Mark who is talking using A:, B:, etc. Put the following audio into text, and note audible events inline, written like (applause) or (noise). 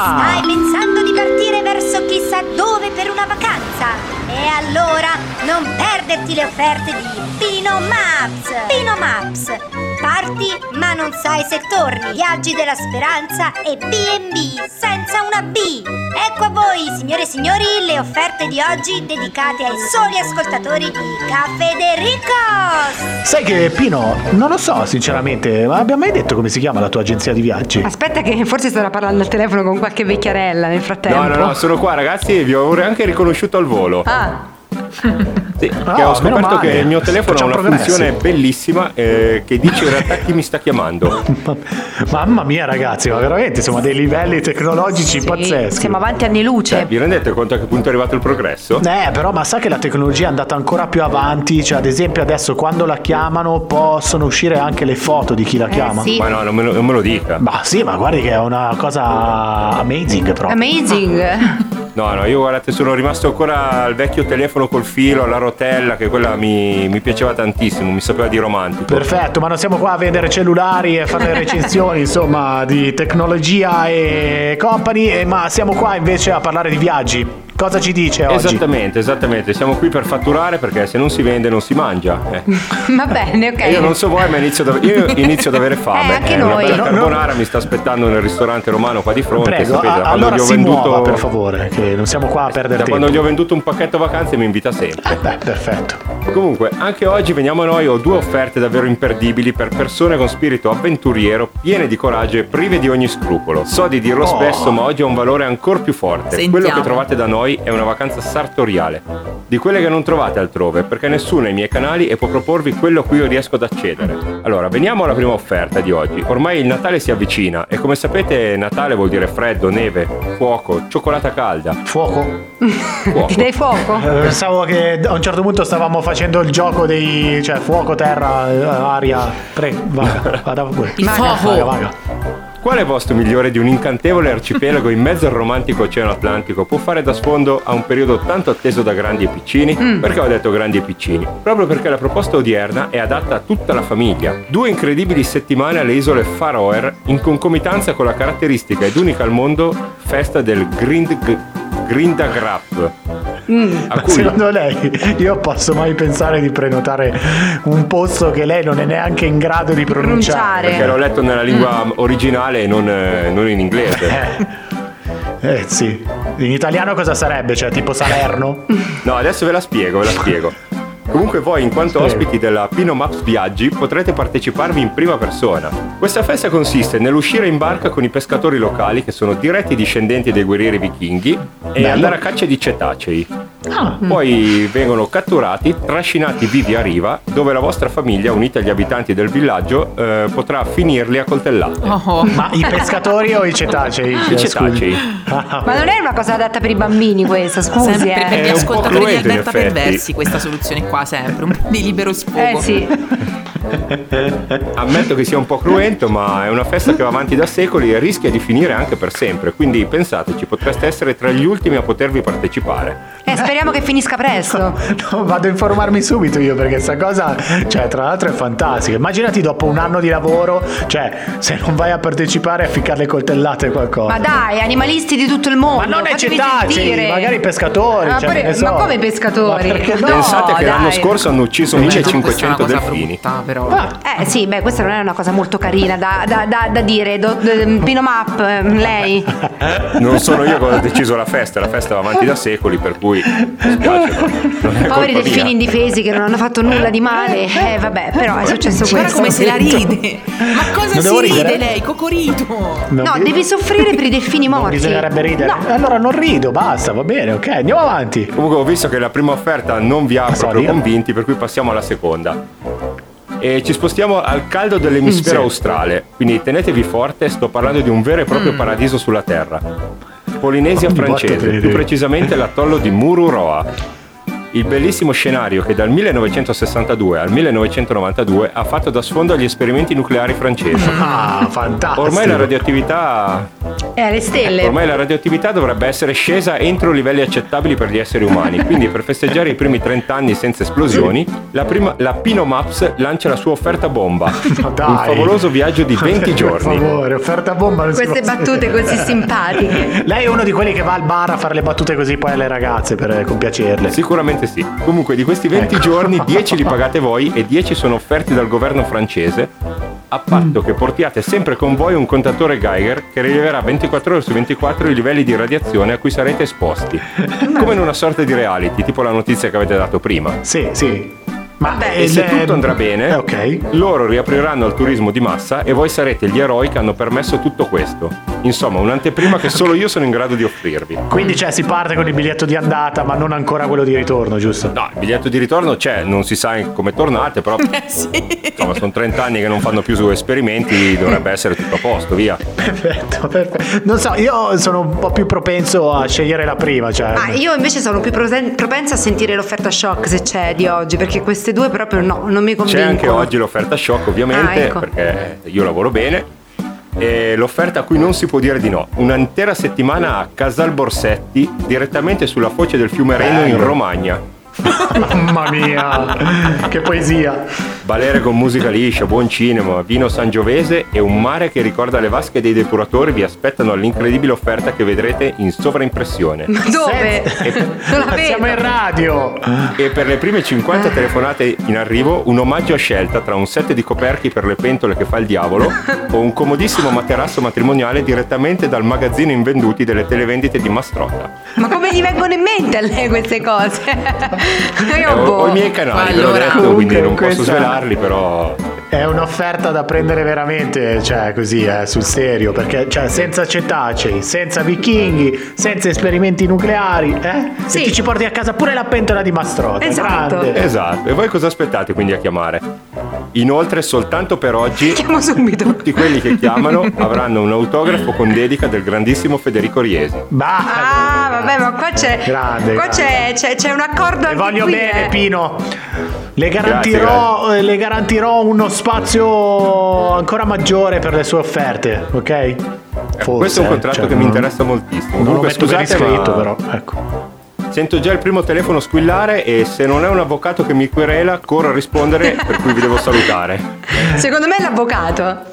A: Stai pensando di partire verso chissà dove per una vacanza? E allora non perderti le offerte di Pino Maps! Pino Maps! Parti ma non sai se torni, viaggi della speranza e BB senza una B! Ecco a voi, signore e signori, le offerte di oggi dedicate ai soli ascoltatori di Caffè De Ricos!
B: Sai che Pino, non lo so sinceramente, ma abbiamo mai detto come si chiama la tua agenzia di viaggi?
C: Aspetta che forse starà parlando al telefono con qualche vecchiarella nel frattempo.
D: No, no, no, sono qua ragazzi, vi ho anche riconosciuto al volo.
C: Ah,
D: Sì,
B: Ah,
D: che ho
B: meno
D: scoperto
B: male.
D: che il mio telefono ha
B: Facciamo
D: una
B: progressi.
D: funzione bellissima eh, che dice in realtà chi mi sta chiamando.
B: Mamma mia ragazzi, ma veramente siamo a dei livelli tecnologici
C: sì,
B: pazzeschi.
C: Siamo avanti anni
D: Cioè,
C: luce.
D: vi rendete conto a che punto è arrivato il progresso?
B: Eh, però, ma sa che la tecnologia è andata ancora più avanti. Cioè, ad esempio, adesso quando la chiamano possono uscire anche le foto di chi la chiama.
C: Eh, sì.
D: Ma no, non me lo, non me lo dica.
B: Ma sì, ma guardi che è una cosa amazing proprio.
C: Amazing.
D: No, no, io guardate, sono rimasto ancora al vecchio telefono col filo, alla rotella, che quella mi, mi piaceva tantissimo, mi sapeva di romantico.
B: Perfetto, ma non siamo qua a vendere cellulari e (laughs) fare recensioni, insomma, di tecnologia e company, eh, ma siamo qua invece a parlare di viaggi. Cosa ci dice oggi?
D: Esattamente, esattamente, siamo qui per fatturare perché se non si vende non si mangia. eh.
C: Va bene, ok.
D: E Io non so voi, ma inizio ad, io inizio ad avere
C: (laughs)
D: fame.
C: Eh, anche
D: una
C: noi.
D: bella
B: No, no.
D: carbonara mi sta aspettando nel ristorante romano qua di fronte.
B: Prego,
D: sapete, da
B: a-
D: quando
B: allora
D: gli ho
B: si
D: venduto-
B: muova per favore, che non siamo qua a perdere
D: Da
B: tempo.
D: quando gli ho venduto un pacchetto vacanze mi invita sempre.
B: Beh, perfetto.
D: Comunque, anche oggi veniamo a noi, ho due offerte davvero imperdibili per persone con spirito avventuriero, piene di coraggio e prive di ogni scrupolo. So di dirlo
B: Oh.
D: spesso, ma oggi ha un valore ancora più forte.
C: Sentiamo.
D: Quello che trovate da noi è una vacanza sartoriale, di quelle che non trovate altrove, perché nessuno ha i miei canali e può proporvi quello a cui io riesco ad accedere. Allora, veniamo alla prima offerta di oggi. Ormai il Natale si avvicina e come sapete Natale vuol dire freddo, neve, fuoco, cioccolata calda,
B: Fuoco?
C: Ti (laughs)
D: fuoco.
C: dai fuoco?
B: Eh, Pensavo che a un certo punto stavamo facendo il gioco dei cioè fuoco, terra, eh, aria. Prego,
D: (laughs)
B: vaga, vada pure.
E: Il
B: Vaga, vaga,
E: fuoco.
B: vaga.
D: Quale posto migliore di un incantevole arcipelago in mezzo al romantico oceano Atlantico può fare da sfondo a un periodo tanto atteso da grandi e piccini? Perché ho detto grandi e piccini? Proprio perché la proposta odierna è adatta a tutta la famiglia. Due incredibili settimane alle isole Faroe in concomitanza con la caratteristica ed unica al mondo festa del Grind... Grindagrap. A
C: Mm.
B: Ma
D: cui
B: Secondo lei io posso mai pensare di prenotare un posto che lei non è neanche in grado di pronunciare?
D: perché l'ho letto nella lingua originale e non, eh, non in inglese.
B: Eh, eh, sì. In italiano cosa sarebbe? Cioè tipo Salerno?
D: No, adesso ve la spiego, ve la spiego. Comunque voi, in quanto
B: Sì.
D: ospiti della Pino Maps Viaggi, potrete parteciparvi in prima persona. Questa festa consiste nell'uscire in barca con i pescatori locali, che sono diretti discendenti dei guerrieri vichinghi, e
B: Bello.
D: andare a caccia di cetacei.
B: Ah,
D: Poi vengono catturati, trascinati vivi a riva, dove la vostra famiglia, unita agli abitanti del villaggio, eh, potrà finirli a coltellate.
E: Oh,
B: ma i pescatori o i cetacei?
D: I
B: Eh, scusi.
D: cetacei.
B: Ah,
C: Ma non è una cosa adatta per i bambini questa, scusi.
E: sempre per
D: È
E: gli
D: un
C: Eh,
D: po'
E: ascoltatori di
D: cruento, in
E: Alberta
D: effetti.
E: Perversi questa soluzione qua sempre, un po' di libero sfogo.
C: eh sì.
D: Ammetto che sia un po' cruento, ma è una festa che va avanti da secoli e rischia di finire anche per sempre. Quindi pensateci, potreste essere tra gli ultimi a potervi partecipare.
C: Eh, speriamo che finisca presto.
B: (laughs) No, vado a informarmi subito io perché sta cosa, cioè, tra l'altro è fantastica. Immaginati dopo un anno di lavoro, cioè, se non vai a partecipare a ficcare le coltellate qualcosa.
C: Ma dai, animalisti di tutto il mondo.
B: Ma non è
C: fatevi
B: cetacei,
C: sentire.
B: magari pescatori.
C: Ma
B: cioè,
C: pure-
B: che ne so.
C: ma come pescatori?
B: Ma perché no?
D: Pensate che
C: dai.
D: l'anno scorso hanno ucciso
E: Questa è una
D: 1500
E: cosa
D: delfini.
E: brutta, però.
B: Ah,
C: Eh sì, beh, questa non è una cosa molto carina da, da- da- da dire. Do- do- Pino Map, eh,
D: (laughs)
C: lei.
D: Non sono io che ho deciso la festa, la festa va avanti da secoli, per
C: (laughs)
D: cui mi spiace, ma non è
C: Poveri
D: colpa
C: delfini
D: mia.
C: indifesi che non hanno fatto nulla di male. Eh vabbè, però è successo
E: Guarda
C: questo.
E: come se la ride. Ma cosa
B: Non devo
E: si
B: ridere?
E: ride lei, Cocorito?
B: Non
C: No,
B: vi-
C: devi soffrire per i delfini
B: Non
C: morti.
B: bisognerebbe ridere.
C: No.
B: Allora non rido, basta, va bene, ok, andiamo avanti.
D: Comunque ho visto che la prima offerta non vi ha
B: so,
D: proprio
B: io-
D: convinti, per cui passiamo alla seconda. E ci spostiamo al caldo dell'emisfero australe, quindi tenetevi forte, sto parlando di un vero e proprio paradiso sulla Terra. Polinesia
B: Ogni volta te
D: francese,
B: ne
D: più
B: devi-
D: precisamente l'atollo di Mururoa. Il bellissimo scenario che dal 1962 al 1992 ha
B: Mm.
D: fatto da sfondo agli esperimenti nucleari francesi.
B: Ah, fantastico.
D: Ormai la radioattività
C: È Eh, alle stelle.
D: Ecco, Ormai la radioattività dovrebbe essere scesa entro livelli accettabili per gli esseri umani, quindi per festeggiare i primi 30 anni senza esplosioni, la, prima, la Pino Maps lancia la sua offerta bomba,
B: Ma
D: un
B: Ah, dai.
D: favoloso viaggio di 20
B: (laughs) Per
D: giorni.
B: favore, offerta bomba. non si
C: Queste
B: può dire.
C: battute così simpatiche.
B: (laughs) Lei è uno di quelli che va al bar a fare le battute così poi alle ragazze per eh, compiacerle.
D: Sicuramente sì. Comunque di questi 20
B: Ecco.
D: giorni 10 li pagate voi e 10 sono offerti dal governo francese, a patto
B: Mm.
D: che portiate sempre con voi un contatore Geiger che rileverà 24 ore su 24 i livelli di radiazione a cui sarete
B: (laughs)
D: esposti, come in una sorta di reality, tipo la notizia che avete dato prima.
B: Sì, sì. Ma
C: Vabbè,
D: E se
B: ed è-
D: tutto andrà bene,
B: Eh, ok.
D: loro riapriranno al turismo di massa e voi sarete gli eroi che hanno permesso tutto questo. Insomma, un'anteprima che solo io sono in grado di offrirvi.
B: Quindi cioè si parte con il biglietto di andata, ma non ancora quello di ritorno, giusto? (laughs)
D: No, il biglietto di ritorno c'è, non si sa come tornate, però
E: Eh, sì.
D: insomma, sono 30 anni che non fanno più su esperimenti, dovrebbe essere tutto a posto, via.
B: Perfetto, perfetto. Non so, io sono un po' più propenso a scegliere la prima, cioè.
C: Ah, io invece sono più prosen- propensa a sentire l'offerta shock se c'è di oggi, perché queste due proprio no, non mi
D: C'è
C: convincono.
D: anche oggi l'offerta shock, ovviamente,
C: Ah, ecco.
D: perché io lavoro bene. E l'offerta a cui non si può dire di no. Un'intera settimana a Casal Borsetti, direttamente sulla foce del fiume Reno in
B: Bello.
D: Romagna.
B: Mamma mia, che poesia.
D: Balere con musica liscia, buon cinema, vino sangiovese e un mare che ricorda le vasche dei depuratori vi aspettano all'incredibile offerta che vedrete in sovraimpressione.
C: Ma dove?
D: (laughs)
C: Non la
B: Ma siamo in
C: vedo.
B: radio.
D: E per le prime 50 telefonate in arrivo, un omaggio a scelta tra un set di coperchi per le pentole che fa il diavolo o un comodissimo materasso matrimoniale direttamente dal magazzino invenduti delle televendite di Mastrota.
C: Ma come gli vengono in mente a lei queste cose?
D: Eh,
C: Io
D: ho,
C: boh.
D: ho i miei canali, ve l'ho
E: Allora,
D: detto, quindi
B: comunque,
D: non posso
B: questa-
D: svelarli, però...
B: È un'offerta da prendere veramente, cioè, così, eh, sul serio, perché cioè, senza cetacei, senza vichinghi, senza esperimenti nucleari, eh?
C: Sì.
B: E ti ci porti a casa pure la pentola di Mastrota.
C: Esatto.
B: grande.
D: Esatto, e voi cosa aspettate quindi a chiamare? Inoltre, soltanto per oggi,
C: (laughs) Chiamo subito.
D: tutti quelli che chiamano avranno un autografo con dedica del grandissimo Federico Riesi.
B: Bah,
C: Ah, vabbè, ma qua c'è.
B: Grande,
C: qua
B: grande.
C: C'è, c'è, c'è un accordo
B: Le
C: anche
B: voglio
C: qui,
B: bene,
C: eh.
B: Pino. Le garantirò, eh, le garantirò uno spazio ancora maggiore per le sue offerte, ok? Forse,
D: Questo è un
B: eh,
D: contratto
B: cioè,
D: che mi
B: non-
D: interessa moltissimo.
B: Non lo
D: Comunque,
B: metto per
D: scusate, ma-
B: iscritto, però. Ecco.
D: Sento già il primo telefono squillare e se non è un avvocato che mi querela, corro a rispondere, per cui vi devo salutare.
C: Secondo me è l'avvocato.